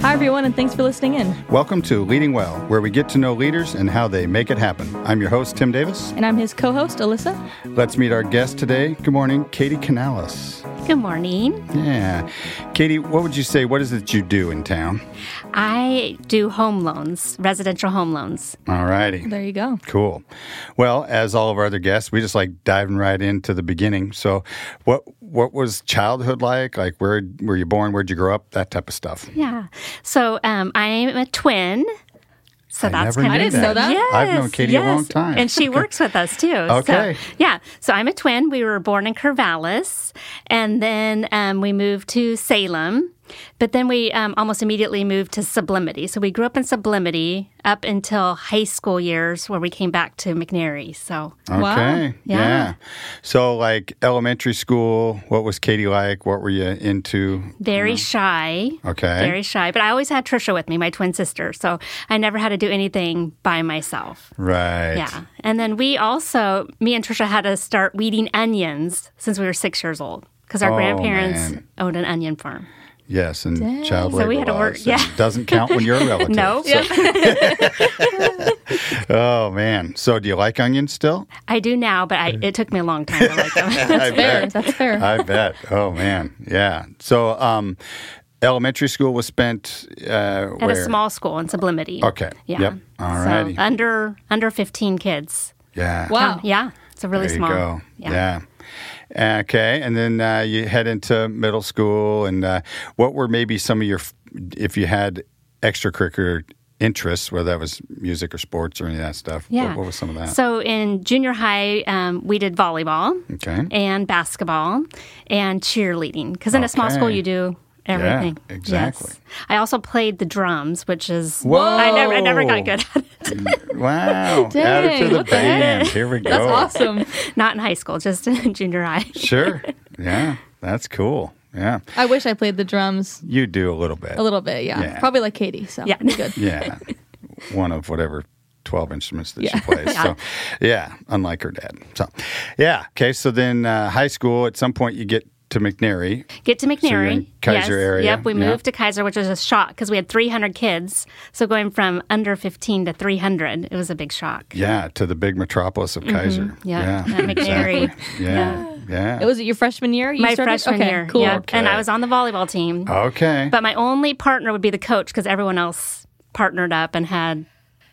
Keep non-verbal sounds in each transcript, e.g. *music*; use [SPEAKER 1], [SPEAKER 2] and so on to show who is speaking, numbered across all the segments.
[SPEAKER 1] Thanks for listening in.
[SPEAKER 2] Welcome to Leading Well, where we get to know leaders and how they make it happen. I'm your host, Tim Davis.
[SPEAKER 1] And I'm his co host, Alyssa.
[SPEAKER 2] Let's meet our guest today. Good morning, Katie Canalis.
[SPEAKER 3] Good morning.
[SPEAKER 2] Yeah. Katie, what would you say? What is it you do in town?
[SPEAKER 3] I do home loans, residential home loans.
[SPEAKER 2] All righty.
[SPEAKER 1] There you go.
[SPEAKER 2] Cool. Well, as all of our other guests, we just like diving right into the beginning. So, what what was childhood like? Like, where were you born? Where'd you grow up? That type of stuff.
[SPEAKER 3] Yeah. So um, I'm a twin. So
[SPEAKER 2] I
[SPEAKER 3] that's
[SPEAKER 2] never
[SPEAKER 3] kind
[SPEAKER 2] knew
[SPEAKER 3] of
[SPEAKER 1] I didn't know that.
[SPEAKER 3] Yes,
[SPEAKER 2] I've known Katie a
[SPEAKER 3] yes.
[SPEAKER 2] long time.
[SPEAKER 3] and she works with us too.
[SPEAKER 2] Okay.
[SPEAKER 3] So, yeah. So I'm a twin. We were born in Corvallis, and then um, we moved to Salem. But then we um, almost immediately moved to Sublimity. So we grew up in Sublimity up until high school years, where we came back to McNary. So
[SPEAKER 2] Okay.
[SPEAKER 1] Wow.
[SPEAKER 2] Yeah.
[SPEAKER 3] Yeah.
[SPEAKER 2] So, like elementary school, what was Katie like? What were you into?
[SPEAKER 3] very shy.
[SPEAKER 2] Okay.
[SPEAKER 3] Very shy. But I always had Trisha with me, my twin sister. So I never had to do anything by myself.
[SPEAKER 2] right.
[SPEAKER 3] Yeah. And then we also, me and Trisha had to start weeding onions since we were six years old because our
[SPEAKER 2] Oh,
[SPEAKER 3] grandparents
[SPEAKER 2] man.
[SPEAKER 3] owned an onion farm.
[SPEAKER 2] Yes, and child
[SPEAKER 3] So
[SPEAKER 2] labor
[SPEAKER 3] we had to work-
[SPEAKER 2] laws,
[SPEAKER 3] yeah.
[SPEAKER 2] and doesn't count when you're
[SPEAKER 3] *laughs*
[SPEAKER 2] a relative.
[SPEAKER 3] No.
[SPEAKER 2] So- *laughs* oh man. So do you like onions still?
[SPEAKER 3] I do now, but I, it took me a long time
[SPEAKER 2] *laughs*
[SPEAKER 3] to like *laughs* them.
[SPEAKER 2] I
[SPEAKER 1] Fair.
[SPEAKER 2] bet.
[SPEAKER 1] That's
[SPEAKER 2] *laughs*
[SPEAKER 1] fair.
[SPEAKER 2] I bet. Oh man. Yeah. So um, elementary school was spent uh,
[SPEAKER 3] At
[SPEAKER 2] where?
[SPEAKER 3] a small school in Sublimity.
[SPEAKER 2] Okay.
[SPEAKER 3] Yeah.
[SPEAKER 2] Yep.
[SPEAKER 3] So uh,
[SPEAKER 2] Alrighty.
[SPEAKER 3] under under 15 kids.
[SPEAKER 2] yeah.
[SPEAKER 1] Wow.
[SPEAKER 3] Um, yeah. It's a really
[SPEAKER 2] There you
[SPEAKER 3] small.
[SPEAKER 2] go. Yeah. Okay. And then uh, you head into middle school, and uh, what were maybe some of your, f- if you had extracurricular interests, whether that was music or sports or any of that stuff?
[SPEAKER 3] Yeah.
[SPEAKER 2] What, what was some of that?
[SPEAKER 3] So in junior high, um, we did volleyball.
[SPEAKER 2] okay.
[SPEAKER 3] and basketball and cheerleading because in a small school
[SPEAKER 2] Okay.
[SPEAKER 3] you do everything. Yes.
[SPEAKER 2] exactly.
[SPEAKER 3] I also played the drums, which is
[SPEAKER 2] Whoa.
[SPEAKER 3] I never I never got good at *laughs* it.
[SPEAKER 2] Wow. Added
[SPEAKER 1] Dang,
[SPEAKER 2] to the
[SPEAKER 1] what the heck?
[SPEAKER 2] band. Here
[SPEAKER 3] *laughs*
[SPEAKER 2] we go.
[SPEAKER 1] That's awesome.
[SPEAKER 3] Not in high school, just *laughs* in junior high. *laughs*
[SPEAKER 2] Sure. Yeah. That's cool. Yeah.
[SPEAKER 1] I wish I played the drums
[SPEAKER 2] You do a little bit.
[SPEAKER 1] a little bit. Yeah.
[SPEAKER 2] Yeah.
[SPEAKER 1] Probably like Katie. So
[SPEAKER 3] Yeah.
[SPEAKER 1] good.
[SPEAKER 2] Yeah. One of whatever 12 instruments that she
[SPEAKER 1] Yeah.
[SPEAKER 2] plays. So, yeah, unlike her dad. So, yeah. Okay. So then uh, high school, at some point you get to McNary.
[SPEAKER 3] Get to McNary.
[SPEAKER 2] you're in Kaiser
[SPEAKER 3] yes.
[SPEAKER 2] area,
[SPEAKER 3] Yep, we
[SPEAKER 2] yeah.
[SPEAKER 3] moved to Kaiser, which was a shock because we had 300 kids. So going from under 15 to 300, it was a big shock.
[SPEAKER 2] Yeah. To the big metropolis of Kaiser.
[SPEAKER 3] Yeah,
[SPEAKER 2] Yeah.
[SPEAKER 3] at McNary.
[SPEAKER 2] Exactly. *laughs* Yeah. Yeah.
[SPEAKER 1] It was it your freshman year? You
[SPEAKER 3] My
[SPEAKER 1] started?
[SPEAKER 3] freshman
[SPEAKER 1] okay,
[SPEAKER 3] year.
[SPEAKER 1] Cool.
[SPEAKER 3] yeah. And
[SPEAKER 2] Okay. Uh,
[SPEAKER 3] I was on the volleyball team.
[SPEAKER 2] okay.
[SPEAKER 3] But my only partner would be the coach because everyone else partnered up and had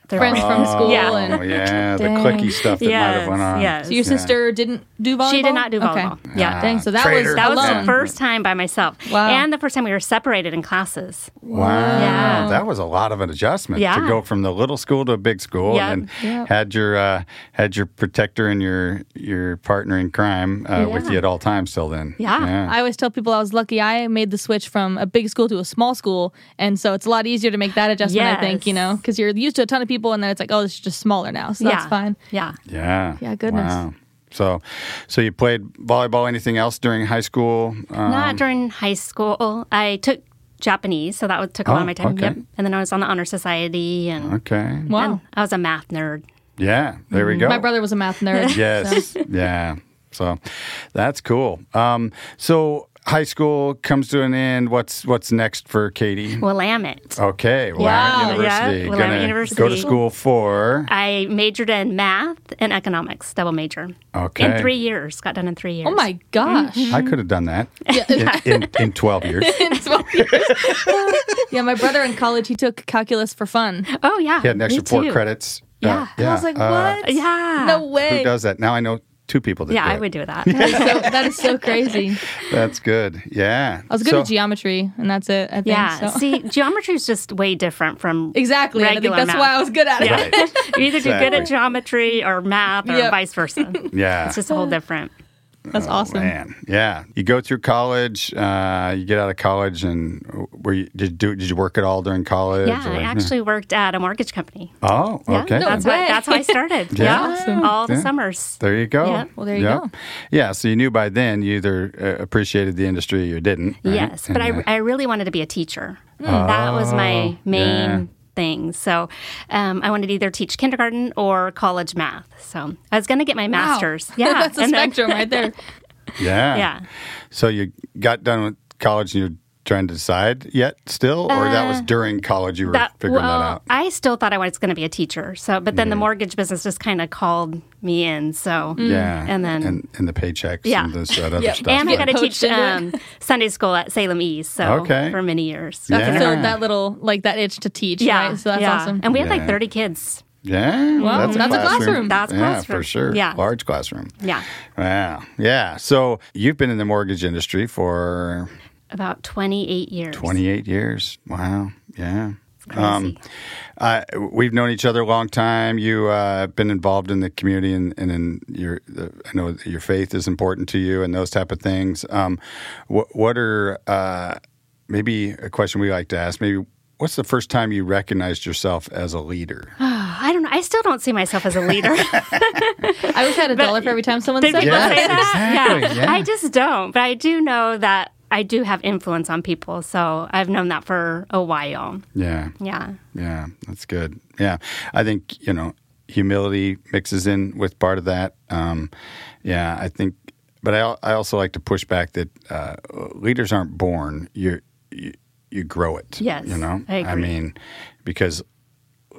[SPEAKER 3] their
[SPEAKER 1] Friends from school.
[SPEAKER 3] Yeah.
[SPEAKER 1] And
[SPEAKER 2] oh, yeah. The
[SPEAKER 1] Dang.
[SPEAKER 2] clicky stuff that might have went on.
[SPEAKER 3] yes.
[SPEAKER 1] so your sister didn't do volleyball?
[SPEAKER 3] She did not do
[SPEAKER 1] Okay.
[SPEAKER 3] volleyball. Yeah.
[SPEAKER 2] Ah,
[SPEAKER 1] Dang. So that
[SPEAKER 2] traitor.
[SPEAKER 1] was
[SPEAKER 3] That was
[SPEAKER 1] alone.
[SPEAKER 3] the first time by myself.
[SPEAKER 1] Wow.
[SPEAKER 3] And the first time we were separated in classes.
[SPEAKER 2] Wow,
[SPEAKER 3] Yeah.
[SPEAKER 2] that was a lot of an adjustment to
[SPEAKER 3] Yeah.
[SPEAKER 2] go from the little school to a big school,
[SPEAKER 3] Yeah.
[SPEAKER 2] and then
[SPEAKER 1] Yep.
[SPEAKER 2] had your uh, had your protector and your your partner in crime uh, with
[SPEAKER 3] Yeah.
[SPEAKER 2] you at all times till then.
[SPEAKER 3] Yeah.
[SPEAKER 1] I always tell people I was lucky I made the switch from a big school to a small school. And so it's a lot easier to make that adjustment, I think,
[SPEAKER 3] Yes.
[SPEAKER 1] you know, because you're used to a ton of people and then it's like, oh, it's just smaller now. So that's
[SPEAKER 3] yeah.
[SPEAKER 1] fine.
[SPEAKER 3] Yeah.
[SPEAKER 2] yeah,
[SPEAKER 1] Yeah, goodness.
[SPEAKER 2] Wow. So, so you played volleyball. Anything else during high school? Um,
[SPEAKER 3] Not during high school. I took Japanese, so that took a lot
[SPEAKER 2] Oh,
[SPEAKER 3] of my time.
[SPEAKER 2] okay.
[SPEAKER 3] Yep. And then I was on the honor society and
[SPEAKER 2] okay.
[SPEAKER 1] Wow.
[SPEAKER 3] and I was a math nerd.
[SPEAKER 2] Yeah, there we go.
[SPEAKER 1] Mm-hmm. My brother was a math nerd.
[SPEAKER 2] *laughs* Yes. yeah. So that's cool. Um, so high school comes to an end. What's what's next for Katie?
[SPEAKER 3] Willamette.
[SPEAKER 2] Okay, Willamette
[SPEAKER 1] Yeah,
[SPEAKER 2] University.
[SPEAKER 3] Willamette
[SPEAKER 2] Gonna Go to
[SPEAKER 3] University.
[SPEAKER 2] school for.
[SPEAKER 3] I majored in math and economics, double major.
[SPEAKER 2] Okay.
[SPEAKER 3] In three years, got done in three years.
[SPEAKER 1] Oh my gosh.
[SPEAKER 3] Mm-hmm.
[SPEAKER 1] *laughs*
[SPEAKER 2] I could have done that in, in, in 12 years.
[SPEAKER 1] In 12 years. *laughs* yeah, my brother in college, he took calculus for fun.
[SPEAKER 3] Oh yeah.
[SPEAKER 1] *laughs*
[SPEAKER 2] He had an extra
[SPEAKER 3] Me
[SPEAKER 2] four
[SPEAKER 3] too.
[SPEAKER 2] credits.
[SPEAKER 3] Yeah.
[SPEAKER 2] Uh,
[SPEAKER 3] I
[SPEAKER 1] I was like,
[SPEAKER 2] Uh,
[SPEAKER 1] what?
[SPEAKER 3] Yeah.
[SPEAKER 1] No way.
[SPEAKER 2] who does that? Now I know two people that
[SPEAKER 3] Yeah,
[SPEAKER 2] do
[SPEAKER 3] I
[SPEAKER 2] it.
[SPEAKER 3] would
[SPEAKER 1] *laughs*
[SPEAKER 3] do that.
[SPEAKER 1] That is so, *laughs* that is
[SPEAKER 3] *laughs*
[SPEAKER 1] so crazy.
[SPEAKER 2] That's good. Yeah.
[SPEAKER 1] I was good
[SPEAKER 2] So-
[SPEAKER 1] at geometry, and that's it, I think.
[SPEAKER 3] Yeah.
[SPEAKER 1] so.
[SPEAKER 3] See, geometry is just way different from
[SPEAKER 1] exactly. and I think
[SPEAKER 3] Regular
[SPEAKER 1] that's
[SPEAKER 3] math.
[SPEAKER 1] why I was good at it.
[SPEAKER 2] *laughs* Right.
[SPEAKER 3] *laughs* you either do good
[SPEAKER 2] Exactly.
[SPEAKER 3] at geometry or math or
[SPEAKER 1] Yep. *laughs*
[SPEAKER 3] vice versa.
[SPEAKER 2] Yeah.
[SPEAKER 3] It's just a whole different.
[SPEAKER 1] *laughs* That's awesome.
[SPEAKER 2] Oh, Man, yeah. You go through college, uh, you get out of college, and were you, did, you do, did you work at all during college?
[SPEAKER 3] Yeah, I
[SPEAKER 2] or-
[SPEAKER 3] actually worked at a mortgage company.
[SPEAKER 2] Oh,
[SPEAKER 3] Yeah,
[SPEAKER 2] okay.
[SPEAKER 3] that's
[SPEAKER 1] No
[SPEAKER 3] why
[SPEAKER 1] way.
[SPEAKER 3] that's how I
[SPEAKER 2] *laughs*
[SPEAKER 3] started.
[SPEAKER 2] Yeah.
[SPEAKER 3] yeah,
[SPEAKER 2] Awesome.
[SPEAKER 3] all the
[SPEAKER 2] Yeah.
[SPEAKER 3] summers.
[SPEAKER 2] There you go.
[SPEAKER 3] Yeah.
[SPEAKER 1] Well, there you go.
[SPEAKER 2] Yeah, so you knew by then you either uh, appreciated the industry or you didn't. right?
[SPEAKER 3] Yes, but
[SPEAKER 2] And,
[SPEAKER 3] I,
[SPEAKER 2] uh, Hmm. Oh,
[SPEAKER 3] I really wanted to be a teacher. that was my main
[SPEAKER 2] yeah.
[SPEAKER 3] thing. So um, I wanted to either teach kindergarten or college math. So I was going to get my
[SPEAKER 1] Wow. *laughs*
[SPEAKER 3] master's. Yeah,
[SPEAKER 1] that's a
[SPEAKER 3] and then- *laughs*
[SPEAKER 1] spectrum right there.
[SPEAKER 2] *laughs* yeah.
[SPEAKER 3] yeah.
[SPEAKER 2] So you got done with college and you're trying to decide yet still, or that was during college you were
[SPEAKER 3] Uh, That-
[SPEAKER 2] figuring
[SPEAKER 3] well,
[SPEAKER 2] that out?
[SPEAKER 3] I still thought I was going to be a teacher. So, but then the mortgage business just kind of called me in. So,
[SPEAKER 2] Yeah,
[SPEAKER 3] mm, And then-
[SPEAKER 2] and, and the paychecks
[SPEAKER 3] Yeah.
[SPEAKER 2] and this, that other
[SPEAKER 1] Yeah.
[SPEAKER 2] stuff.
[SPEAKER 3] and I
[SPEAKER 1] Get
[SPEAKER 3] got to
[SPEAKER 1] poached
[SPEAKER 3] teach
[SPEAKER 1] into it.
[SPEAKER 3] um, Sunday school at Salem East. So,
[SPEAKER 2] Okay.
[SPEAKER 3] for many years.
[SPEAKER 1] That
[SPEAKER 2] Yeah.
[SPEAKER 1] fulfilled that little like that itch to teach.
[SPEAKER 3] Yeah.
[SPEAKER 1] right? so that's
[SPEAKER 3] yeah.
[SPEAKER 1] awesome.
[SPEAKER 3] And we had like
[SPEAKER 2] Yeah.
[SPEAKER 3] 30 kids.
[SPEAKER 2] yeah,
[SPEAKER 1] Wow, that's a classroom.
[SPEAKER 3] That's a
[SPEAKER 2] yeah,
[SPEAKER 3] classroom.
[SPEAKER 2] for sure.
[SPEAKER 3] Yeah.
[SPEAKER 2] large classroom.
[SPEAKER 3] Yeah.
[SPEAKER 2] Wow. Yeah. So you've been in the mortgage industry for
[SPEAKER 3] About 28 years.
[SPEAKER 2] 28 years. Wow. Yeah.
[SPEAKER 3] Crazy.
[SPEAKER 2] Uh, we've known each other a long time. You've uh, been involved in the community, and, and in your, uh, I know that your faith is important to you, and those type of things. Um, what, what are uh, maybe a question we like to ask? Maybe what's the first time you recognized yourself as a
[SPEAKER 3] *gasps*
[SPEAKER 2] leader?
[SPEAKER 3] *sighs* I don't know. I still don't see myself as a
[SPEAKER 2] *laughs*
[SPEAKER 3] leader.
[SPEAKER 1] I always had a dollar for every time someone
[SPEAKER 3] Did
[SPEAKER 1] said
[SPEAKER 3] people
[SPEAKER 1] that.
[SPEAKER 2] Yes,
[SPEAKER 3] say that?
[SPEAKER 2] exactly,
[SPEAKER 3] Yeah.
[SPEAKER 2] yeah.
[SPEAKER 3] I just don't. But I do know that I do have influence on people. So I've known that for a while.
[SPEAKER 2] Yeah,
[SPEAKER 3] Yeah.
[SPEAKER 2] yeah, that's good. Yeah, I think you know humility mixes in with part of that. Um, yeah, I think, but I al- I also like to push back that uh, leaders aren't born. You you you grow it.
[SPEAKER 3] Yes,
[SPEAKER 2] you know.
[SPEAKER 3] I agree.
[SPEAKER 2] mean, because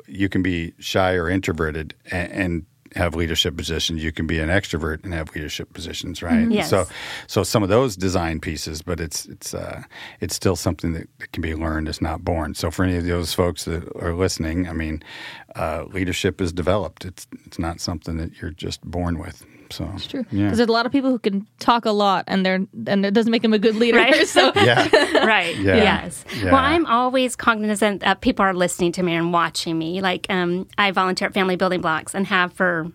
[SPEAKER 2] you can be shy or introverted and. and have leadership positions. You can be an extrovert and have leadership positions, right?
[SPEAKER 3] Mm-hmm. Yes.
[SPEAKER 2] So, so some of those design pieces, but it's it's uh, it's still something that, that can be learned. It's not born. So for any of those folks that are listening, I mean, uh, leadership is developed. It's it's not something that you're just born with. So
[SPEAKER 1] It's true. Because
[SPEAKER 2] Yeah.
[SPEAKER 1] there's a lot of people who can talk a lot, and they're and it doesn't make them a good leader. *laughs*
[SPEAKER 3] Right.
[SPEAKER 1] So
[SPEAKER 3] *laughs*
[SPEAKER 2] yeah,
[SPEAKER 3] right.
[SPEAKER 2] Yeah.
[SPEAKER 3] Yes.
[SPEAKER 2] Yeah.
[SPEAKER 3] Well, I'm always cognizant that people are listening to me and watching me. Like, um, I volunteer at Family Building Blocks and have for,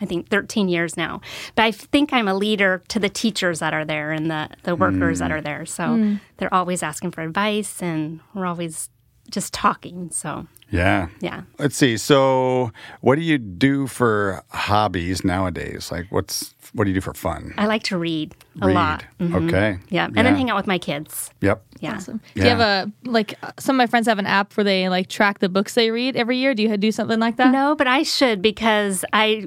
[SPEAKER 3] I think, 13 years now. But I think I'm a leader to the teachers that are there and the, the workers that are there. So they're always asking for advice and we're always just talking. So,
[SPEAKER 2] yeah,
[SPEAKER 3] yeah.
[SPEAKER 2] Let's see. So, what do you do for hobbies nowadays? Like, what's what do you do for fun?
[SPEAKER 3] I like to read a
[SPEAKER 2] Read.
[SPEAKER 3] lot. Mm-hmm.
[SPEAKER 2] Okay.
[SPEAKER 3] Yeah. And then hang out with my kids.
[SPEAKER 2] Yep.
[SPEAKER 3] Yeah.
[SPEAKER 1] Awesome. Do
[SPEAKER 2] Yeah.
[SPEAKER 1] you have a like? uh, Some of my friends have an app where they like track the books they read every year. Do you do something like that?
[SPEAKER 3] No, but I should because I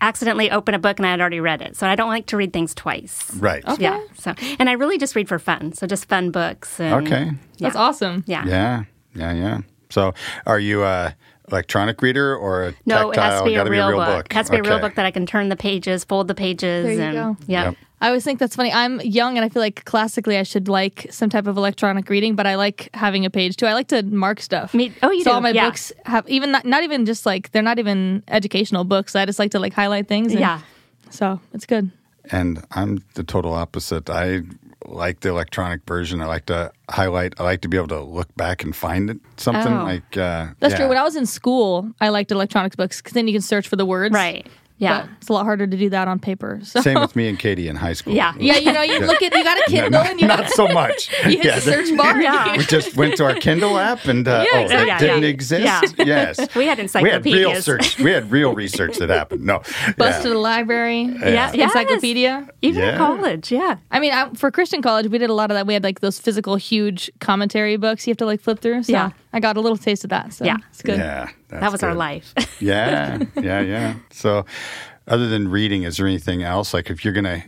[SPEAKER 3] accidentally opened a book and I had already read it. So I don't like to read things twice.
[SPEAKER 2] Right.
[SPEAKER 3] *laughs* Yeah. So, and I really just read for fun. So just fun books. And,
[SPEAKER 2] Okay.
[SPEAKER 1] that's
[SPEAKER 3] yeah.
[SPEAKER 1] awesome.
[SPEAKER 3] Yeah.
[SPEAKER 2] Yeah, yeah, yeah. So, are you a electronic reader or a
[SPEAKER 3] No, it has
[SPEAKER 2] tactile?
[SPEAKER 3] to be a
[SPEAKER 2] Gotta
[SPEAKER 3] real, book.
[SPEAKER 2] book.
[SPEAKER 3] It has to be a real
[SPEAKER 2] Okay.
[SPEAKER 3] book that I can turn the pages, fold the pages,
[SPEAKER 1] There you
[SPEAKER 3] and
[SPEAKER 1] go.
[SPEAKER 3] yeah.
[SPEAKER 2] Yep.
[SPEAKER 1] I always think that's funny. I'm young and I feel like classically I should like some type of electronic reading, but I like having a page too. I like to mark stuff.
[SPEAKER 3] Me- oh, you
[SPEAKER 1] so
[SPEAKER 3] do?
[SPEAKER 1] all my
[SPEAKER 3] Yeah.
[SPEAKER 1] books have even not, not even just like they're not even educational books. I just like to like highlight things. and-
[SPEAKER 3] Yeah.
[SPEAKER 1] So it's good.
[SPEAKER 2] And I'm the total opposite. I like the electronic version. I like to highlight. I like to be able to look back and find it, something
[SPEAKER 3] Oh.
[SPEAKER 2] like uh,
[SPEAKER 1] That's
[SPEAKER 2] yeah.
[SPEAKER 1] true. When I was in school, I liked electronic books because then you can search for the words.
[SPEAKER 3] Right. Yeah.
[SPEAKER 1] But it's a lot harder to do that on paper. So
[SPEAKER 2] Same
[SPEAKER 3] *laughs*
[SPEAKER 2] with me and Katie in high school.
[SPEAKER 3] Yeah.
[SPEAKER 1] yeah, you know,
[SPEAKER 2] *laughs*
[SPEAKER 1] you look at you got a Kindle and you,
[SPEAKER 2] Not so
[SPEAKER 3] *laughs*
[SPEAKER 2] much.
[SPEAKER 1] you hit
[SPEAKER 2] Yeah,
[SPEAKER 1] the search bar.
[SPEAKER 3] Yeah.
[SPEAKER 2] We just went to our Kindle app and
[SPEAKER 3] *laughs*
[SPEAKER 2] uh,
[SPEAKER 1] Yeah,
[SPEAKER 2] oh,
[SPEAKER 1] exactly.
[SPEAKER 2] that didn't
[SPEAKER 3] Yeah.
[SPEAKER 2] exist.
[SPEAKER 3] Yeah. *laughs*
[SPEAKER 2] Yes,
[SPEAKER 3] We had
[SPEAKER 2] We had real
[SPEAKER 3] encyclopedias.
[SPEAKER 2] search. We had real research that happened. No,
[SPEAKER 1] *laughs* Bus to
[SPEAKER 2] Yeah.
[SPEAKER 1] the library.
[SPEAKER 3] Yeah. Yes.
[SPEAKER 1] Encyclopedia.
[SPEAKER 3] Even
[SPEAKER 2] Yeah.
[SPEAKER 3] in college. Yeah.
[SPEAKER 1] I mean, I, for Christian college, we did a lot of that. We had like those physical, huge commentary books you have to like flip through. So
[SPEAKER 3] Yeah.
[SPEAKER 1] I got a little taste of that. So
[SPEAKER 3] Yeah.
[SPEAKER 1] it's good.
[SPEAKER 2] Yeah,
[SPEAKER 3] That was our
[SPEAKER 2] life.
[SPEAKER 3] life. *laughs*
[SPEAKER 2] Yeah, yeah, yeah. So, other than reading, is there anything else? Like, if you're gonna,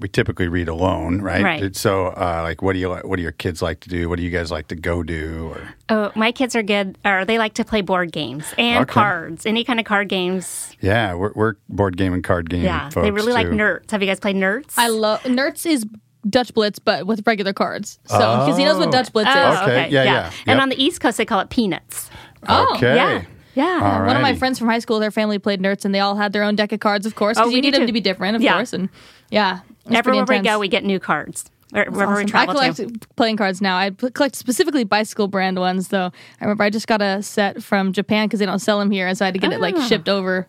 [SPEAKER 2] we typically read alone, right?
[SPEAKER 3] Right.
[SPEAKER 2] So, uh, like, what do you, li- what do your kids like to do? What do you guys like to go do? Or
[SPEAKER 3] oh, my kids are good, or they like to play board games and
[SPEAKER 2] Okay.
[SPEAKER 3] cards, any kind of card games.
[SPEAKER 2] yeah, we're, we're board game and card game.
[SPEAKER 3] Yeah.
[SPEAKER 2] folks
[SPEAKER 3] they really like
[SPEAKER 2] too.
[SPEAKER 3] nerds. Have you guys played nerds?
[SPEAKER 1] I love Nerds is Dutch Blitz, but with regular cards. So because he knows what Dutch Blitz
[SPEAKER 3] Oh,
[SPEAKER 1] is.
[SPEAKER 2] Okay. Yeah, yeah. Yep.
[SPEAKER 3] And on the East Coast, they call it peanuts.
[SPEAKER 1] Oh,
[SPEAKER 2] Okay.
[SPEAKER 3] Yeah. Yeah.
[SPEAKER 2] All
[SPEAKER 1] One of my
[SPEAKER 2] Alrighty.
[SPEAKER 1] friends from high school, their family played Nerds, and they all had their own deck of cards, of course. 'cause
[SPEAKER 3] Oh,
[SPEAKER 1] you
[SPEAKER 3] we
[SPEAKER 1] need
[SPEAKER 3] do
[SPEAKER 1] them
[SPEAKER 3] too.
[SPEAKER 1] to be different, of
[SPEAKER 3] Yeah.
[SPEAKER 1] course. And yeah, it's pretty
[SPEAKER 3] Everywhere we
[SPEAKER 1] intense.
[SPEAKER 3] go, we get new cards. Or wherever we
[SPEAKER 1] Awesome. I
[SPEAKER 3] travel
[SPEAKER 1] collect
[SPEAKER 3] to.
[SPEAKER 1] playing cards now. I p- collect specifically bicycle brand ones, though. I remember I just got a set from Japan because they don't sell them here, and so I had to get it like shipped over.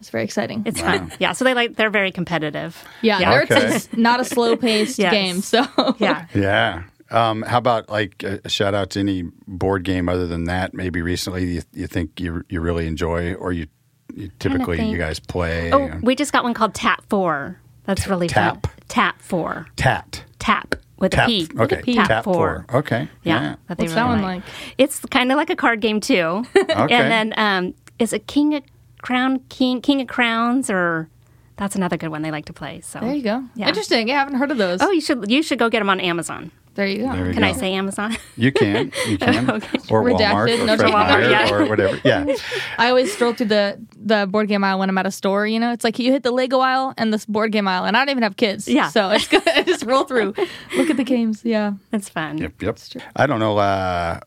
[SPEAKER 1] It's very exciting.
[SPEAKER 3] Ah. It's fun. Yeah. So they like they're very competitive.
[SPEAKER 1] yeah,
[SPEAKER 2] Yeah.
[SPEAKER 1] Nerds is not a
[SPEAKER 3] *laughs*
[SPEAKER 1] slow paced
[SPEAKER 3] Yes.
[SPEAKER 1] game, so *laughs*
[SPEAKER 3] Yeah.
[SPEAKER 2] Yeah. Um, how about like a a shout out to any board game other than that? Maybe recently you, you think you you really enjoy, or you, you typically you
[SPEAKER 3] think.
[SPEAKER 2] guys play
[SPEAKER 3] Oh, we just got one called Tap Four. That's really
[SPEAKER 2] tap.
[SPEAKER 3] fun. Tap Four.
[SPEAKER 2] tat
[SPEAKER 3] Tap with
[SPEAKER 2] tap.
[SPEAKER 3] a P.
[SPEAKER 2] Okay,
[SPEAKER 1] P.
[SPEAKER 3] Tap,
[SPEAKER 2] tap
[SPEAKER 3] Four.
[SPEAKER 2] Okay,
[SPEAKER 3] Yeah. that they
[SPEAKER 1] What's that one like?
[SPEAKER 3] It's kind of like a card game too. And then um, is it King of Crown King King of Crowns or that's another good one they like to play. So
[SPEAKER 1] there you go.
[SPEAKER 3] Yeah.
[SPEAKER 1] Interesting. Yeah, I haven't heard of those.
[SPEAKER 3] Oh, you should you should go get them on Amazon.
[SPEAKER 1] There you go.
[SPEAKER 2] There we
[SPEAKER 3] Can
[SPEAKER 2] go.
[SPEAKER 3] I say Amazon? *laughs*
[SPEAKER 2] You can, you can, or
[SPEAKER 1] Redacted,
[SPEAKER 2] Walmart, or
[SPEAKER 1] no
[SPEAKER 2] Fred
[SPEAKER 1] to Walmart,
[SPEAKER 2] Meyer,
[SPEAKER 3] yeah.
[SPEAKER 2] or
[SPEAKER 3] *laughs*
[SPEAKER 2] whatever. Yeah,
[SPEAKER 1] I always stroll through the the board game aisle when I'm at a store. You know, it's like you hit the Lego aisle and this board game aisle, and I don't even have kids.
[SPEAKER 3] Yeah.
[SPEAKER 1] so it's good. *laughs* I just roll through, look at the games. Yeah,
[SPEAKER 3] That's fun.
[SPEAKER 2] yep, yep. I don't know uh,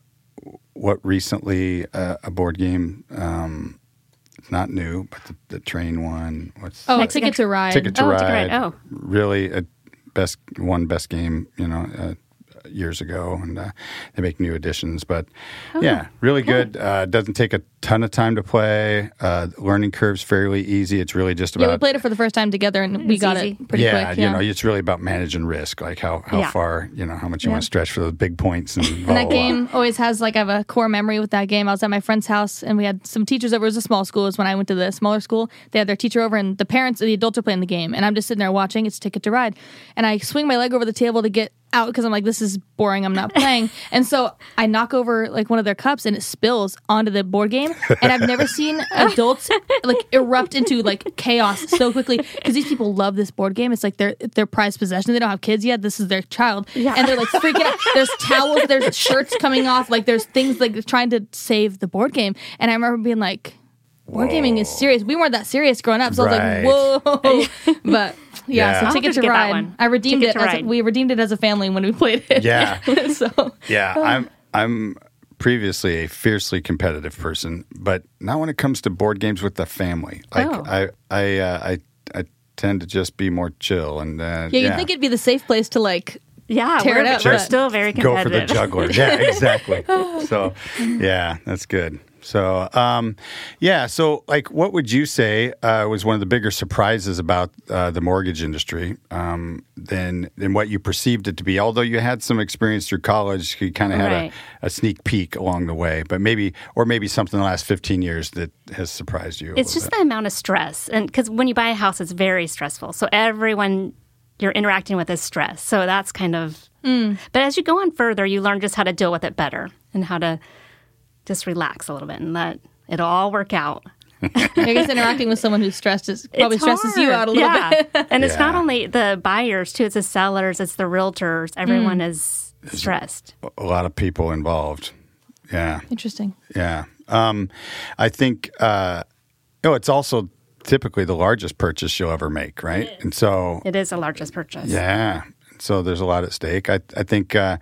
[SPEAKER 2] what recently uh, a board game. Um, it's not new, but the, the train one. What's
[SPEAKER 1] Oh,
[SPEAKER 3] Mexican-
[SPEAKER 1] Ticket to Ride.
[SPEAKER 2] Ticket to
[SPEAKER 3] Oh,
[SPEAKER 2] Ride.
[SPEAKER 3] Ticket to Ride, oh.
[SPEAKER 2] really a best one best game. You know. Uh, years ago and uh, they make new editions but yeah really good uh, doesn't take a ton of time to play uh, learning curves fairly easy it's really just about
[SPEAKER 1] yeah, we played it for the first time together, and we
[SPEAKER 3] It's
[SPEAKER 1] got
[SPEAKER 3] easy.
[SPEAKER 1] it pretty
[SPEAKER 2] yeah,
[SPEAKER 1] quick.
[SPEAKER 2] you know, it's really about managing risk, like how, how
[SPEAKER 3] Yeah.
[SPEAKER 2] far, you know, how much you
[SPEAKER 1] Yeah.
[SPEAKER 2] want to stretch for those big points and, blah,
[SPEAKER 1] And that
[SPEAKER 2] blah, blah.
[SPEAKER 1] game always has like I have a core memory with that game. I was at my friend's house and we had some teachers over. It was a small school. It was when I went to the smaller school. They had their teacher over and the parents, the adults are playing the game. And I'm just sitting there watching. It's Ticket to Ride. And I swing my leg over the table to get out because I'm like, this is boring. I'm not playing. and so I knock over like one of their cups and it spills onto the board game. And I've never seen adults like erupt into like chaos so quickly because these people love this board game. It's like their their prized possession. They don't have kids yet. This is their child.
[SPEAKER 3] Yeah.
[SPEAKER 1] And they're like freaking out. There's towels, there's shirts coming off. Like there's things like they're trying to save the board game. And I remember being like, board gaming is serious. We weren't that serious growing up. So I was like,
[SPEAKER 3] *laughs*
[SPEAKER 1] whoa. but yeah,
[SPEAKER 2] Yeah.
[SPEAKER 1] so
[SPEAKER 2] I'll
[SPEAKER 1] Ticket
[SPEAKER 3] have to
[SPEAKER 1] to
[SPEAKER 3] get that
[SPEAKER 1] Ride.
[SPEAKER 3] one.
[SPEAKER 1] I redeemed
[SPEAKER 3] Ticket
[SPEAKER 1] it.
[SPEAKER 3] to
[SPEAKER 1] As,
[SPEAKER 3] Ride.
[SPEAKER 1] we redeemed it as a family when we played it.
[SPEAKER 2] Yeah.
[SPEAKER 1] *laughs* so
[SPEAKER 2] Yeah, I'm I'm previously a fiercely competitive person, but not when it comes to board games with the family. Like
[SPEAKER 3] Oh.
[SPEAKER 2] I I, uh, I I tend to just be more chill and uh,
[SPEAKER 1] yeah, you'd think it'd be the safe place to like
[SPEAKER 3] Yeah,
[SPEAKER 1] Tear
[SPEAKER 3] we're,
[SPEAKER 1] it up,
[SPEAKER 3] we're
[SPEAKER 1] but-
[SPEAKER 3] still very
[SPEAKER 2] go for the
[SPEAKER 3] competitive. *laughs*
[SPEAKER 2] juggler. Yeah, exactly. so, yeah, that's good. So, um, yeah, so like, what would you say uh, was one of the bigger surprises about uh, the mortgage industry um, than than what you perceived it to be? Although you had some experience through college, you kind of had
[SPEAKER 3] Right.
[SPEAKER 2] a, a sneak peek along the way, but maybe or maybe something in the last fifteen years that has surprised you. a
[SPEAKER 3] It's
[SPEAKER 2] little
[SPEAKER 3] just
[SPEAKER 2] bit.
[SPEAKER 3] the amount of stress, and because when you buy a house, it's very stressful. So everyone you're interacting with is stress. So that's kind of.
[SPEAKER 1] Mm.
[SPEAKER 3] But as you go on further, you learn just how to deal with it better and how to just relax a little bit and let it all work out.
[SPEAKER 1] I guess interacting with someone who's stressed is probably
[SPEAKER 3] It's
[SPEAKER 1] stresses you
[SPEAKER 3] hard.
[SPEAKER 1] out a little
[SPEAKER 3] yeah.
[SPEAKER 1] bit.
[SPEAKER 3] *laughs* and it's not
[SPEAKER 2] Yeah.
[SPEAKER 3] only the buyers too; it's the sellers, it's the realtors. Everyone
[SPEAKER 1] Mm.
[SPEAKER 3] is stressed.
[SPEAKER 2] a lot of people involved. Yeah.
[SPEAKER 1] Interesting.
[SPEAKER 2] Yeah. Um, I think, uh, oh, it's also typically the largest purchase you'll ever make, right? And so,
[SPEAKER 3] It is the largest purchase.
[SPEAKER 2] yeah. So there's a lot at stake. I, I think uh,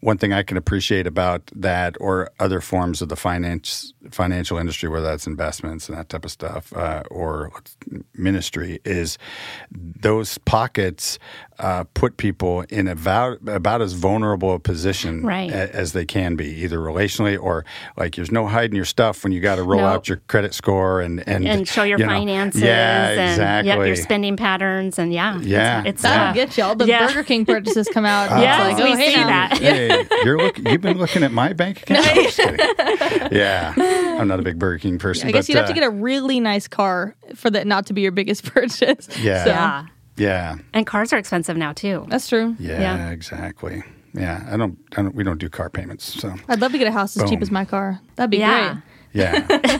[SPEAKER 2] one thing I can appreciate about that or other forms of the finance financial industry, whether that's investments and that type of stuff, uh, or ministry, is those pockets uh, put people in about, about as vulnerable a position
[SPEAKER 3] Right.
[SPEAKER 2] a- as they can be, either relationally or like there's no hiding your stuff when you got to roll
[SPEAKER 3] No.
[SPEAKER 2] out your credit score and and,
[SPEAKER 3] and show your
[SPEAKER 2] you know,
[SPEAKER 3] finances
[SPEAKER 2] Yeah,
[SPEAKER 3] and
[SPEAKER 2] exactly.
[SPEAKER 3] yep, your spending patterns and yeah it's-
[SPEAKER 2] Yeah,
[SPEAKER 3] it's,
[SPEAKER 2] yeah.
[SPEAKER 1] That'll get you. All the
[SPEAKER 3] Yeah.
[SPEAKER 1] Burger King purchases come
[SPEAKER 3] *laughs*
[SPEAKER 1] out. and
[SPEAKER 3] Yes,
[SPEAKER 1] it's like, oh,
[SPEAKER 3] we
[SPEAKER 1] hey
[SPEAKER 3] see
[SPEAKER 1] now.
[SPEAKER 2] *laughs*
[SPEAKER 3] that.
[SPEAKER 2] hey, you're look, you've been looking at my bank account. I'm *laughs* just kidding. yeah, I'm not a big Burger King person.
[SPEAKER 1] I guess
[SPEAKER 2] but,
[SPEAKER 1] you'd have to
[SPEAKER 2] uh,
[SPEAKER 1] get a really nice car for that not to be your biggest *laughs* purchase.
[SPEAKER 2] Yeah.
[SPEAKER 1] So,
[SPEAKER 3] yeah
[SPEAKER 2] Yeah,
[SPEAKER 3] and cars are expensive now too
[SPEAKER 1] that's true.
[SPEAKER 2] yeah,
[SPEAKER 3] Yeah.
[SPEAKER 2] exactly. Yeah, I don't, I don't. We don't do car payments,
[SPEAKER 1] *laughs*
[SPEAKER 2] so
[SPEAKER 1] I'd love to get a house as cheap
[SPEAKER 2] Boom.
[SPEAKER 1] as my car. That'd be
[SPEAKER 3] Yeah.
[SPEAKER 1] great.
[SPEAKER 2] yeah.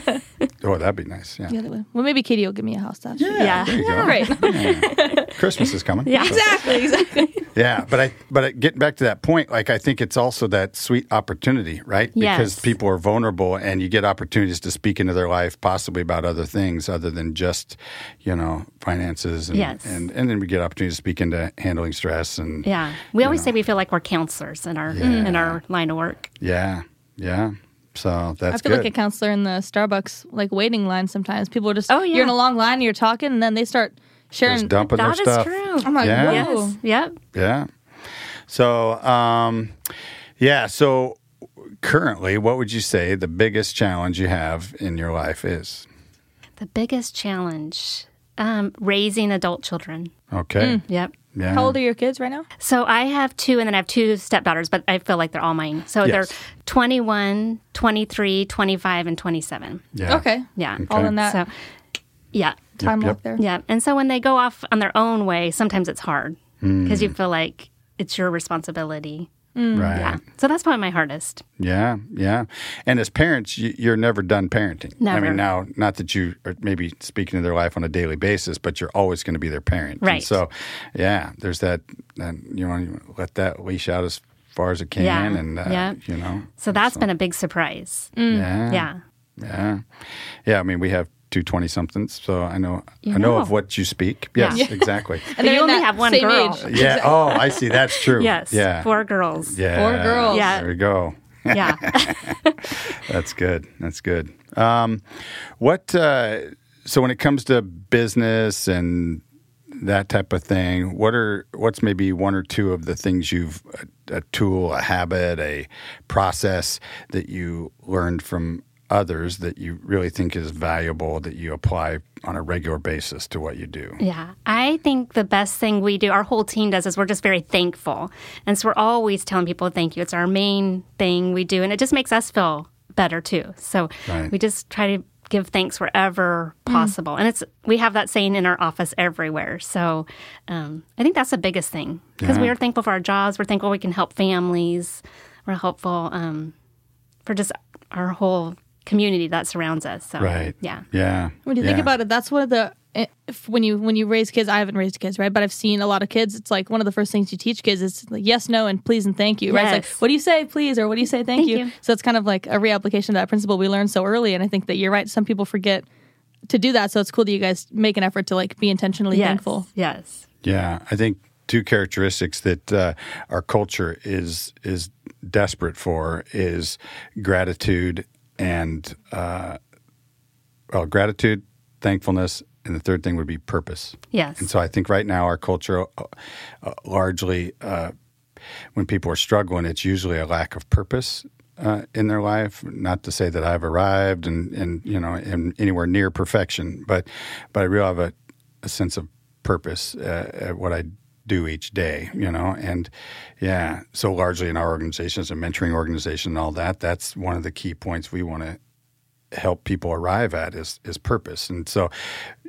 [SPEAKER 2] oh, that'd be nice. Yeah.
[SPEAKER 1] Yeah, that would. Well, maybe Katie will give me a house. That
[SPEAKER 3] Yeah.
[SPEAKER 2] There you go. *laughs*
[SPEAKER 1] Great.
[SPEAKER 2] Yeah. Christmas
[SPEAKER 1] *laughs*
[SPEAKER 2] is coming.
[SPEAKER 3] yeah
[SPEAKER 1] exactly. Exactly.
[SPEAKER 2] Yeah, but I but I, getting back to that point, like I think it's also that sweet opportunity, right? Because
[SPEAKER 3] Yes.
[SPEAKER 2] people are vulnerable, and you get opportunities to speak into their life, possibly about other things other than just, you know, finances. And,
[SPEAKER 3] Yes.
[SPEAKER 2] and and then we get opportunities to speak into handling stress and
[SPEAKER 3] yeah we always say we feel like we're counselors in our in our line of work
[SPEAKER 2] yeah, yeah. So
[SPEAKER 1] I
[SPEAKER 2] that's
[SPEAKER 1] feel
[SPEAKER 2] good.
[SPEAKER 1] like a counselor in the Starbucks like waiting line sometimes. People are just
[SPEAKER 3] Oh, yeah.
[SPEAKER 1] you're in a long line and you're talking and then they start sharing
[SPEAKER 2] Just dumping their
[SPEAKER 3] That is
[SPEAKER 2] stuff.
[SPEAKER 3] true
[SPEAKER 1] I'm like,
[SPEAKER 2] Yeah.
[SPEAKER 1] whoa.
[SPEAKER 3] yes yep
[SPEAKER 2] Yeah. So, um, yeah. So currently, what would you say the biggest challenge you have in your life is?
[SPEAKER 3] the biggest challenge um, raising adult children
[SPEAKER 2] Okay.
[SPEAKER 3] yep
[SPEAKER 2] Yeah.
[SPEAKER 1] How old are your kids right now?
[SPEAKER 3] So I have two, and then I have two stepdaughters, but I feel like they're all mine. So
[SPEAKER 2] Yes.
[SPEAKER 3] they're 21, 23, 25, and 27.
[SPEAKER 2] Yeah.
[SPEAKER 1] Okay.
[SPEAKER 3] Yeah.
[SPEAKER 1] All in that
[SPEAKER 3] So, yeah.
[SPEAKER 1] time
[SPEAKER 2] Yep,
[SPEAKER 1] lock
[SPEAKER 2] yep.
[SPEAKER 1] there.
[SPEAKER 3] Yeah. And so when they go off on their own way, sometimes it's hard because you feel like it's your responsibility.
[SPEAKER 2] Right.
[SPEAKER 3] Mm. Yeah. So that's probably my hardest.
[SPEAKER 2] Yeah, yeah. And as parents, you, you're never done parenting. I
[SPEAKER 3] Never.
[SPEAKER 2] mean, now, not that you are maybe speaking to their life on a daily basis, but you're always going to be their parent. And
[SPEAKER 3] Right.
[SPEAKER 2] so, yeah, there's that, that you want to let that leash out as far as it can,
[SPEAKER 3] Yeah.
[SPEAKER 2] and uh,
[SPEAKER 3] Yeah.
[SPEAKER 2] you know.
[SPEAKER 3] So that's been a big surprise.
[SPEAKER 2] Mm. yeah,
[SPEAKER 3] Yeah.
[SPEAKER 2] yeah, yeah. I mean, we have two twenty somethings, so I know,
[SPEAKER 3] You
[SPEAKER 2] I know
[SPEAKER 3] know.
[SPEAKER 2] of what you speak. Yes,
[SPEAKER 3] *laughs* Yeah.
[SPEAKER 2] exactly.
[SPEAKER 1] And
[SPEAKER 3] But
[SPEAKER 1] they're
[SPEAKER 3] you
[SPEAKER 1] in
[SPEAKER 3] only
[SPEAKER 1] that
[SPEAKER 3] have one
[SPEAKER 1] same
[SPEAKER 3] girl.
[SPEAKER 1] age.
[SPEAKER 2] yeah. Oh, I see. That's true.
[SPEAKER 3] Yes.
[SPEAKER 2] Yeah.
[SPEAKER 3] Four girls.
[SPEAKER 2] yeah.
[SPEAKER 1] Four girls.
[SPEAKER 3] Yeah.
[SPEAKER 2] There we go. *laughs*
[SPEAKER 3] Yeah.
[SPEAKER 2] That's good. That's good. Um, what? Uh, so when it comes to business and that type of thing, what are what's maybe one or two of the things you've a, a tool, a habit, a process that you learned from others that you really think is valuable that you apply on a regular basis to what you do.
[SPEAKER 3] Yeah, I think the best thing we do, our whole team does, is we're just very thankful. And so we're always telling people thank you. It's our main thing we do. And it just makes us feel better too. So
[SPEAKER 2] Right.
[SPEAKER 3] we just try to give thanks wherever possible. And it's we have that saying in our office everywhere. So um, I think that's the biggest thing because we
[SPEAKER 2] Yeah.
[SPEAKER 3] are thankful for our jobs. We're thankful we can help families. We're helpful um, for just our whole community that surrounds us. So,
[SPEAKER 2] Right.
[SPEAKER 3] yeah.
[SPEAKER 2] Yeah.
[SPEAKER 1] When you think about it, that's one of the eh, if, when you when you raise kids. I haven't raised kids, right? But I've seen a lot of kids. It's like one of the first things you teach kids is like yes, no, and please and thank you. Right? It's
[SPEAKER 3] Yes.
[SPEAKER 1] like what do you say, please, or what do you say, thank,
[SPEAKER 3] Thank
[SPEAKER 1] you?
[SPEAKER 3] you.
[SPEAKER 1] So it's kind of like a reapplication of that principle we learned so early. And I think that you're right. Some people forget to do that. So it's cool that you guys make an effort to like be intentionally
[SPEAKER 3] Yes.
[SPEAKER 1] thankful.
[SPEAKER 3] Yes.
[SPEAKER 2] Yeah, I think two characteristics that uh, our culture is is desperate for is gratitude and uh, well, gratitude, thankfulness, and the third thing would be purpose.
[SPEAKER 3] Yes.
[SPEAKER 2] And so I think right now our culture uh, uh, largely, uh, when people are struggling, it's usually a lack of purpose. Uh, in their life, not to say that I've arrived and, and you know and anywhere near perfection, but but I really have a, a sense of purpose uh, at what I do each day, you know, and yeah. So largely in our organization, as a mentoring organization and all that, that's one of the key points we want to help people arrive at is is purpose. And so,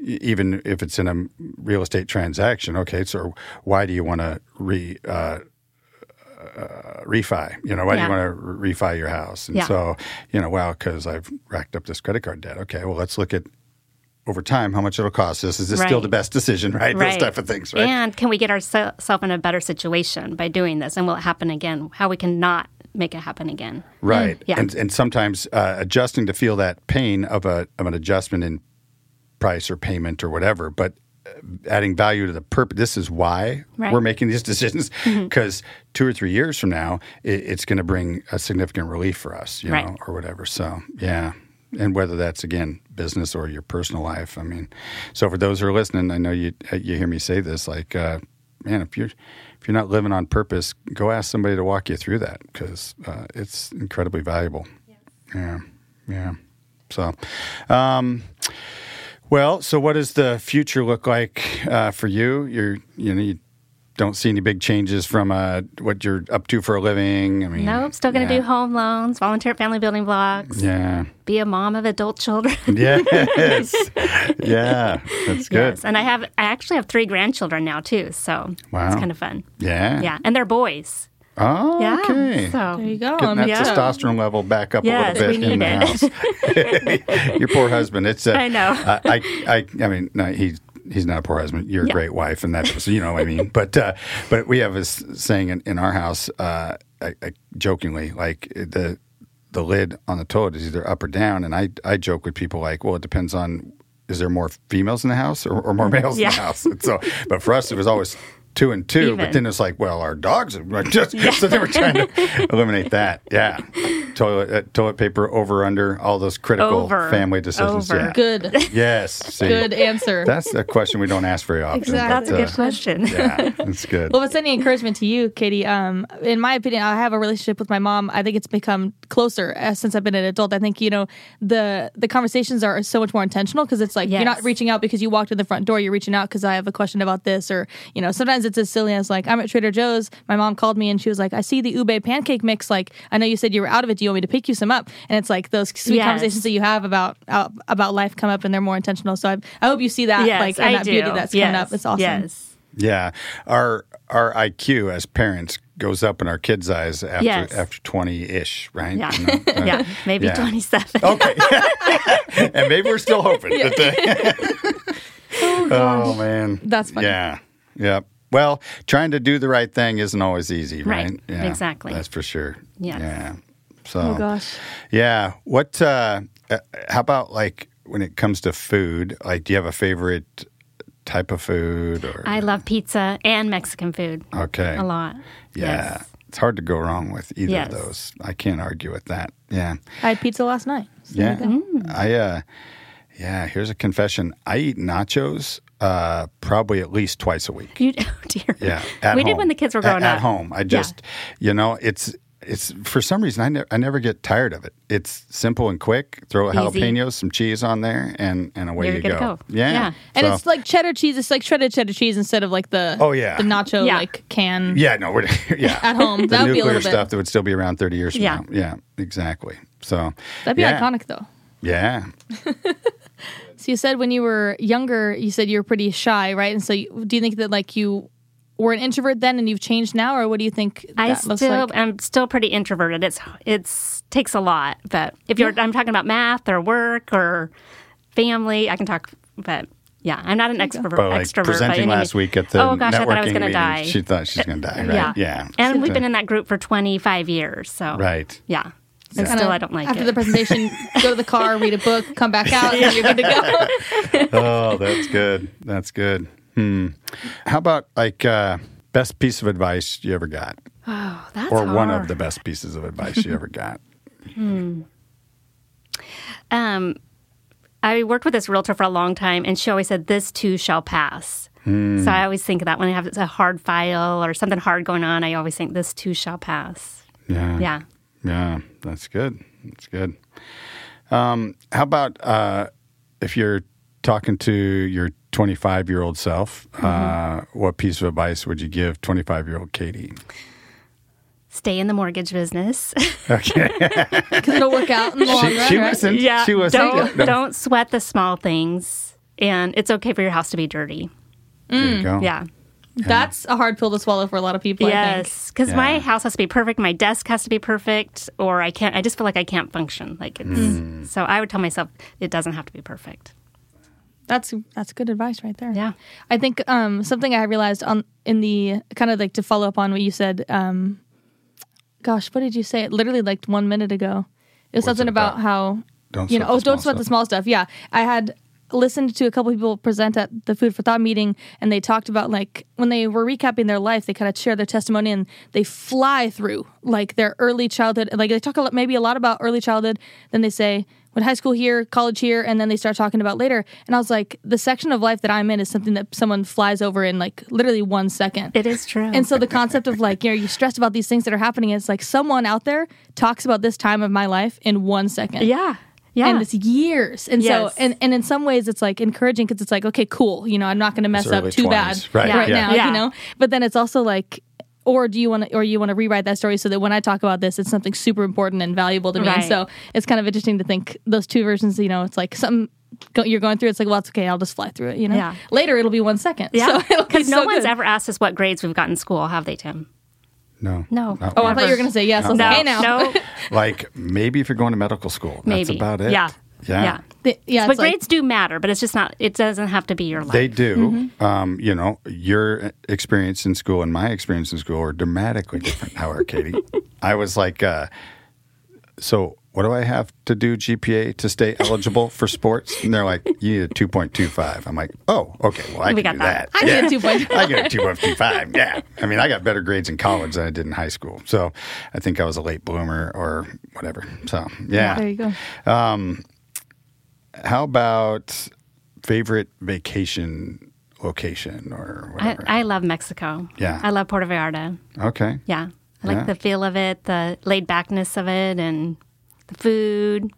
[SPEAKER 2] e- even if it's in a real estate transaction, okay, so why do you want to re uh, uh, refi? You know, why
[SPEAKER 3] Yeah.
[SPEAKER 2] do you want to refi your house? And
[SPEAKER 3] Yeah.
[SPEAKER 2] so, you know, well, because I've racked up this credit card debt. Okay, well, let's look at over time how much it'll cost us. Is this still
[SPEAKER 3] Right.
[SPEAKER 2] the best decision? Right,
[SPEAKER 3] Right.
[SPEAKER 2] those type of things. Right.
[SPEAKER 3] And can we get ourselves in a better situation by doing this? And will it happen again? How we can not make it happen again?
[SPEAKER 2] Right.
[SPEAKER 3] Yeah.
[SPEAKER 2] And and sometimes uh, adjusting to feel that pain of a of an adjustment in price or payment or whatever, but uh, adding value to the purpose. This is why
[SPEAKER 3] Right. Mm-hmm.
[SPEAKER 2] we're making these *laughs* decisions because two or three years from now, it, it's going to bring a significant relief for us, you
[SPEAKER 3] Right.
[SPEAKER 2] know, or whatever. So yeah. And whether that's again business or your personal life, I mean, so for those who are listening, I know you uh, you hear me say this, like, uh, man, if you're if you're not living on purpose, go ask somebody to walk you through that because uh, it's incredibly valuable. Yeah, yeah. So, um, well, so what does the future look like uh, for you? You're, you know, you don't see any big changes from uh, what you're up to for a living. I mean,
[SPEAKER 3] No, still going to
[SPEAKER 2] Mm, yeah.
[SPEAKER 3] do home loans, volunteer at family building blocks,
[SPEAKER 2] Yeah.
[SPEAKER 3] be a mom of adult children. *laughs*
[SPEAKER 2] Yes. yeah. That's *laughs* good.
[SPEAKER 3] yes. And I have, I actually have three grandchildren now too. So
[SPEAKER 2] Wow.
[SPEAKER 3] it's kind of fun.
[SPEAKER 2] Yeah.
[SPEAKER 3] Yeah. And they're boys.
[SPEAKER 2] Oh,
[SPEAKER 3] Yeah.
[SPEAKER 2] okay.
[SPEAKER 3] So
[SPEAKER 1] There you go. Um,
[SPEAKER 2] Getting that
[SPEAKER 1] Yeah.
[SPEAKER 2] testosterone level back up
[SPEAKER 3] Yes,
[SPEAKER 2] a little bit
[SPEAKER 3] we
[SPEAKER 2] in the house. *laughs* Your poor husband. It's. Uh,
[SPEAKER 3] I know.
[SPEAKER 2] I, I, I, I mean, no, he's he's not a poor husband. You're a
[SPEAKER 3] Yeah.
[SPEAKER 2] great wife, and that's you know what I mean. But uh, but we have a s- saying in, in our house, uh, I, I jokingly, like the the lid on the toilet is either up or down, and I I joke with people like, well, it depends on is there more females in the house or, or more males in
[SPEAKER 3] Mm-hmm. Yeah.
[SPEAKER 2] the house. And so, but for us, it was always. Two and two, but
[SPEAKER 3] Even.
[SPEAKER 2] then it's like, well, our dogs are just so they were trying to eliminate that. Yeah, toilet uh, toilet paper over under all those critical
[SPEAKER 3] Over.
[SPEAKER 2] family decisions.
[SPEAKER 3] Over.
[SPEAKER 2] Yeah.
[SPEAKER 1] Good,
[SPEAKER 2] *laughs* Yes. See,
[SPEAKER 1] good answer.
[SPEAKER 2] That's a question we don't ask very often.
[SPEAKER 1] Exactly.
[SPEAKER 3] that's a good
[SPEAKER 2] uh,
[SPEAKER 3] question.
[SPEAKER 2] yeah, that's good.
[SPEAKER 1] Well, if it's any encouragement to you, Katie, um, in my opinion, I have a relationship with my mom. I think it's become closer as, since I've been an adult. I think you know the the conversations are so much more intentional because it's like you're not
[SPEAKER 3] Yes.
[SPEAKER 1] reaching out because you walked in the front door. You're reaching out because I have a question about this, or you know, sometimes it's as silly as like I'm at Trader Joe's. My mom called me and she was like, "I see the ube pancake mix. Like, I know you said you were out of it. Do you want me to pick you some up?" And it's like those sweet
[SPEAKER 3] Yes.
[SPEAKER 1] conversations that you have about uh, about life come up and they're more intentional. So I, I hope you see that
[SPEAKER 3] *laughs* Yes,
[SPEAKER 1] like in
[SPEAKER 3] I
[SPEAKER 1] that
[SPEAKER 3] do.
[SPEAKER 1] beauty that's
[SPEAKER 3] yes.
[SPEAKER 1] coming up. It's awesome.
[SPEAKER 3] Yes.
[SPEAKER 2] yeah, our our IQ as parents goes up in our kids' eyes after
[SPEAKER 3] Yes.
[SPEAKER 2] after twenty ish, right?
[SPEAKER 3] Yeah. *laughs*
[SPEAKER 2] You know, uh,
[SPEAKER 3] yeah. Maybe
[SPEAKER 2] yeah.
[SPEAKER 3] 27.
[SPEAKER 2] Okay. *laughs* and maybe we're *laughs* still hoping. that they- oh, man.
[SPEAKER 1] That's funny.
[SPEAKER 2] Yeah. Yep. Well, trying to do the right thing isn't always easy, right?
[SPEAKER 3] Right. Exactly.
[SPEAKER 2] That's for sure.
[SPEAKER 3] Yes.
[SPEAKER 2] Yeah. So.
[SPEAKER 1] Oh gosh.
[SPEAKER 2] Yeah. What? Uh, uh, how about like when it comes to food? Like, do you have a favorite type of food? Or
[SPEAKER 3] I love pizza and Mexican food
[SPEAKER 2] okay,
[SPEAKER 3] a lot.
[SPEAKER 2] Yeah,
[SPEAKER 3] Yes.
[SPEAKER 2] it's hard to go wrong with either
[SPEAKER 3] Yes.
[SPEAKER 2] of those. I can't argue with that. Yeah.
[SPEAKER 1] I had pizza last night. So
[SPEAKER 2] Yeah.
[SPEAKER 1] there you go.
[SPEAKER 3] Mm.
[SPEAKER 2] I uh yeah, here's a confession. I eat nachos uh probably at least twice a week.
[SPEAKER 3] You, *laughs* oh dear.
[SPEAKER 2] Yeah. At
[SPEAKER 3] we did
[SPEAKER 2] home.
[SPEAKER 3] when the kids were
[SPEAKER 2] At-
[SPEAKER 3] growing
[SPEAKER 2] at,
[SPEAKER 3] up.
[SPEAKER 2] home. I just you know, it's it's for some reason I, ne- I never get tired of it. It's simple and quick. Throw
[SPEAKER 3] Easy.
[SPEAKER 2] jalapenos, some cheese on there, and and away
[SPEAKER 3] You're
[SPEAKER 2] you
[SPEAKER 3] good
[SPEAKER 2] go.
[SPEAKER 3] to go.
[SPEAKER 2] Yeah,
[SPEAKER 3] Yeah.
[SPEAKER 1] And
[SPEAKER 2] So-
[SPEAKER 1] it's like cheddar cheese. It's like shredded cheddar cheese instead of like the
[SPEAKER 2] Oh, yeah.
[SPEAKER 1] the nacho
[SPEAKER 3] Yeah.
[SPEAKER 1] like can
[SPEAKER 2] yeah, no, we're *laughs* yeah
[SPEAKER 3] *laughs*
[SPEAKER 1] at home.
[SPEAKER 2] The
[SPEAKER 1] That would be a
[SPEAKER 2] nuclear
[SPEAKER 1] little bit.
[SPEAKER 2] stuff that would still be around thirty years from
[SPEAKER 3] Yeah.
[SPEAKER 2] now. Yeah, exactly. So
[SPEAKER 1] That'd be
[SPEAKER 2] yeah.
[SPEAKER 1] iconic though.
[SPEAKER 2] Yeah,
[SPEAKER 1] So you said when you were younger, you said you were pretty shy, right? And so you, do you think that like you were an introvert then, and you've changed now, or what do you think that
[SPEAKER 3] I
[SPEAKER 1] looks
[SPEAKER 3] still,
[SPEAKER 1] like?
[SPEAKER 3] I'm still pretty introverted. It's it's takes a lot, but if you're, I'm talking about math or work or family, I can talk. But yeah, I'm not an extrovert.
[SPEAKER 2] But like
[SPEAKER 3] extrovert. by
[SPEAKER 2] presenting
[SPEAKER 3] any
[SPEAKER 2] last
[SPEAKER 3] mean-
[SPEAKER 2] week at the
[SPEAKER 3] oh gosh,
[SPEAKER 2] networking
[SPEAKER 3] I thought I was gonna
[SPEAKER 2] meeting,
[SPEAKER 3] die.
[SPEAKER 2] she thought she's going to die, right?
[SPEAKER 3] yeah, and we've
[SPEAKER 2] So-
[SPEAKER 3] been in that group for 25 years. So
[SPEAKER 2] right.
[SPEAKER 3] yeah, and
[SPEAKER 1] Kinda
[SPEAKER 3] still I don't like
[SPEAKER 1] after
[SPEAKER 3] it.
[SPEAKER 1] the presentation, go to the
[SPEAKER 3] *laughs*
[SPEAKER 1] car, read a book, come back out, and you're good to go. *laughs*
[SPEAKER 2] oh, that's good. That's good. Hmm. How about like uh, best piece of advice you ever got,
[SPEAKER 3] oh, that's
[SPEAKER 2] or one of
[SPEAKER 3] hard.
[SPEAKER 2] the best pieces of advice you
[SPEAKER 3] *laughs*
[SPEAKER 2] ever got?
[SPEAKER 3] um, I worked with this realtor for a long time, and she always said, "This too shall pass."
[SPEAKER 2] Hmm.
[SPEAKER 3] So I always think of that when I have a hard file or something hard going on. I always think, "This too shall pass."
[SPEAKER 2] Yeah.
[SPEAKER 3] Yeah.
[SPEAKER 2] Yeah, that's good. That's good. Um, how about uh, if you're talking to your 25 year old self, uh,
[SPEAKER 3] Mm-hmm.
[SPEAKER 2] what piece of advice would you give 25 year old Katie?
[SPEAKER 3] Stay in the
[SPEAKER 2] *laughs*
[SPEAKER 3] mortgage business. *laughs*
[SPEAKER 1] because it'll work out in the long
[SPEAKER 2] She-
[SPEAKER 1] run.
[SPEAKER 2] she
[SPEAKER 1] right?
[SPEAKER 2] listened. She was
[SPEAKER 3] don't don't sweat the small things, and it's okay for your house to be dirty.
[SPEAKER 2] There you go.
[SPEAKER 3] Mm. Yeah.
[SPEAKER 1] That's a hard pill to swallow for a lot of people. I
[SPEAKER 3] yes, because my
[SPEAKER 2] Yeah.
[SPEAKER 3] house has to be perfect. My desk has to be perfect, or I can't. I just feel like I can't function. Like it's
[SPEAKER 2] Hmm.
[SPEAKER 3] so. I would tell myself it doesn't have to be perfect.
[SPEAKER 1] think that's that's good advice right there.
[SPEAKER 3] Yeah.
[SPEAKER 1] I think um, something I realized on in the kind of like to follow up on what you said. Um, gosh, what did you say? Literally like one minute ago. It was
[SPEAKER 2] What's it
[SPEAKER 1] something about,
[SPEAKER 2] about?
[SPEAKER 1] how
[SPEAKER 2] Don't
[SPEAKER 1] you know.
[SPEAKER 2] sweat
[SPEAKER 1] Oh,
[SPEAKER 2] the
[SPEAKER 1] don't
[SPEAKER 2] small
[SPEAKER 1] sweat the
[SPEAKER 2] stuff.
[SPEAKER 1] small stuff. Yeah, I had listened to a couple people present at the food for thought meeting and they talked about like when they were recapping their life they kind of share their testimony and they fly through like their early childhood like they talk a lot, maybe a lot about early childhood then they say when high school here college here and then they start talking about later and i was like the section of life that i'm in is something that someone flies over in like literally one second
[SPEAKER 3] It is true.
[SPEAKER 1] and so the concept of like, you know, you're stressed about these things that are happening. It's like someone out there talks about this time of my life in one second.
[SPEAKER 3] yeah, yeah.
[SPEAKER 1] And it's years. And
[SPEAKER 3] Yes.
[SPEAKER 1] so, and, and in some ways, it's like encouraging because it's like, okay, cool. You know, I'm not going to mess up
[SPEAKER 2] early
[SPEAKER 1] too
[SPEAKER 2] 20s.
[SPEAKER 1] bad
[SPEAKER 2] Right, yeah.
[SPEAKER 1] now,
[SPEAKER 3] Yeah.
[SPEAKER 1] you know? But then it's also like, or do you want to, or you want to rewrite that story so that when I talk about this, it's something super important and valuable to me. And
[SPEAKER 3] Right.
[SPEAKER 1] so it's kind of interesting to think those two versions, you know, it's like something go- you're going through. It's like, well, it's okay. I'll just fly through it, you know?
[SPEAKER 3] Yeah.
[SPEAKER 1] Later, it'll be one second.
[SPEAKER 3] yeah, *laughs*
[SPEAKER 1] So *laughs* it'll be
[SPEAKER 3] because no
[SPEAKER 1] so
[SPEAKER 3] one's
[SPEAKER 1] good.
[SPEAKER 3] ever asked us what grades we've got in school, have they, Tim?
[SPEAKER 2] No.
[SPEAKER 3] No.
[SPEAKER 2] Not
[SPEAKER 1] Oh, I
[SPEAKER 2] one.
[SPEAKER 1] thought you were going to say yes. I was
[SPEAKER 3] No,
[SPEAKER 1] like, hey, now.
[SPEAKER 2] *laughs*
[SPEAKER 3] no,
[SPEAKER 2] like maybe if you're going to medical school, that's
[SPEAKER 3] maybe
[SPEAKER 2] about it.
[SPEAKER 3] Yeah,
[SPEAKER 2] yeah.
[SPEAKER 1] The- yeah,
[SPEAKER 3] but
[SPEAKER 1] it's like-
[SPEAKER 3] grades do matter, but it's just not. It doesn't have to be your life.
[SPEAKER 2] They do.
[SPEAKER 1] Mm-hmm.
[SPEAKER 2] Um, you know, your experience in school and my experience in school are dramatically different. However,
[SPEAKER 1] *laughs*
[SPEAKER 2] Katie, I was like, uh, so what do I have to do GPA to stay eligible for sports? And they're like, you need a two point two five. I'm like, oh, okay, well I
[SPEAKER 3] We
[SPEAKER 2] can do
[SPEAKER 3] got that.
[SPEAKER 2] that.
[SPEAKER 1] I
[SPEAKER 2] Yeah.
[SPEAKER 1] did two point.
[SPEAKER 2] I got a 2.25. Yeah. I mean, I got better grades in college than I did in high school. So I think I was a late bloomer or whatever. So, *laughs* yeah.
[SPEAKER 1] There you go.
[SPEAKER 2] How about favorite vacation location or
[SPEAKER 3] I,
[SPEAKER 2] whatever?
[SPEAKER 3] I love Mexico.
[SPEAKER 2] Yeah.
[SPEAKER 3] I love Puerto Vallarta.
[SPEAKER 2] okay.
[SPEAKER 3] Yeah. I like
[SPEAKER 2] Yeah.
[SPEAKER 3] the feel of it, the laid backness of it, and the food.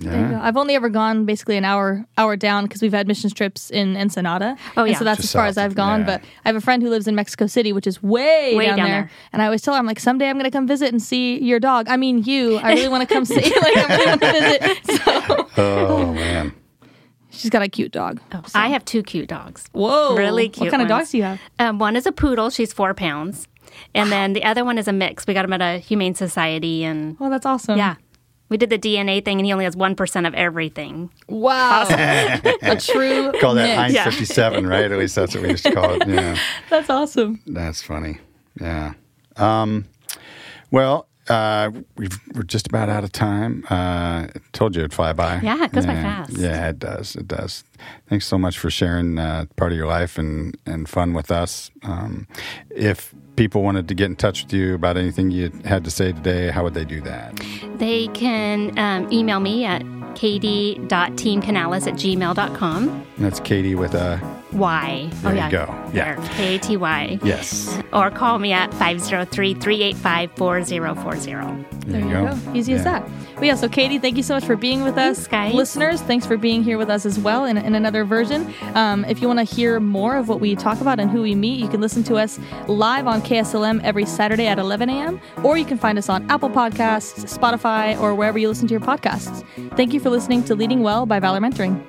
[SPEAKER 1] There you
[SPEAKER 2] Yeah.
[SPEAKER 1] go. I've only ever gone basically an hour hour down because we've had missions trips in Ensenada.
[SPEAKER 3] Oh,
[SPEAKER 1] And
[SPEAKER 3] yeah.
[SPEAKER 1] so that's
[SPEAKER 2] Just
[SPEAKER 1] as far
[SPEAKER 2] south
[SPEAKER 1] as I've
[SPEAKER 2] of-
[SPEAKER 1] gone.
[SPEAKER 2] yeah.
[SPEAKER 1] But I have a friend who lives in Mexico City, which is way,
[SPEAKER 3] Way
[SPEAKER 1] down,
[SPEAKER 3] down
[SPEAKER 1] there.
[SPEAKER 3] there.
[SPEAKER 1] And I always tell her, I'm like, someday I'm going to come visit and see your dog. I mean, you. I really want to come see. *laughs* like, I really want to visit. *laughs* So
[SPEAKER 2] Oh, man.
[SPEAKER 1] she's got a cute dog.
[SPEAKER 3] I have two cute dogs.
[SPEAKER 1] Oh, Whoa,
[SPEAKER 3] Really cute.
[SPEAKER 1] What kind of
[SPEAKER 3] ones.
[SPEAKER 1] dogs do you have?
[SPEAKER 3] Um, one is a poodle. She's four pounds. And then the other one is a mix. We got them at a humane society, and
[SPEAKER 2] Um,
[SPEAKER 1] Oh, that's awesome.
[SPEAKER 3] yeah, We did the DNA thing, and he only has 1% of everything.
[SPEAKER 1] Wow. *laughs* a true
[SPEAKER 2] Call that
[SPEAKER 1] Nick.
[SPEAKER 2] Heinz
[SPEAKER 3] Yeah.
[SPEAKER 2] 57, right? At least that's what we used to call it. Yeah.
[SPEAKER 1] That's awesome.
[SPEAKER 2] That's funny. Yeah. Um, well, uh, we've, we're just about out of time. Uh, told you it'd fly by.
[SPEAKER 3] Yeah, it goes by
[SPEAKER 2] Yeah.
[SPEAKER 3] fast.
[SPEAKER 2] Yeah, it does. It does. Thanks so much for sharing uh, part of your life and, and fun with us. Um, if people wanted to get in touch with you about anything you had to say today, how would they do that?
[SPEAKER 3] They can um, email me at kd.teamcanalis at gmail.com.
[SPEAKER 2] And that's Katie with a.
[SPEAKER 3] Why?
[SPEAKER 2] There you go. Yeah.
[SPEAKER 3] Oh, K A T Y.
[SPEAKER 2] Yes.
[SPEAKER 3] Or call me at 503 385 4040.
[SPEAKER 2] There, you go.
[SPEAKER 1] Easy as
[SPEAKER 2] Yeah.
[SPEAKER 1] that. But yeah, so Katie, thank you so much for being with us.
[SPEAKER 3] Thanks, guys.
[SPEAKER 1] Listeners, thanks for being here with us as well in, in another version. Um, if you want to hear more of what we talk about and who we meet, you can listen to us live on KSLM every Saturday at 11 a.m., or you can find us on Apple Podcasts, Spotify, or wherever you listen to your podcasts. Thank you for listening to Leading Well by Valor Mentoring.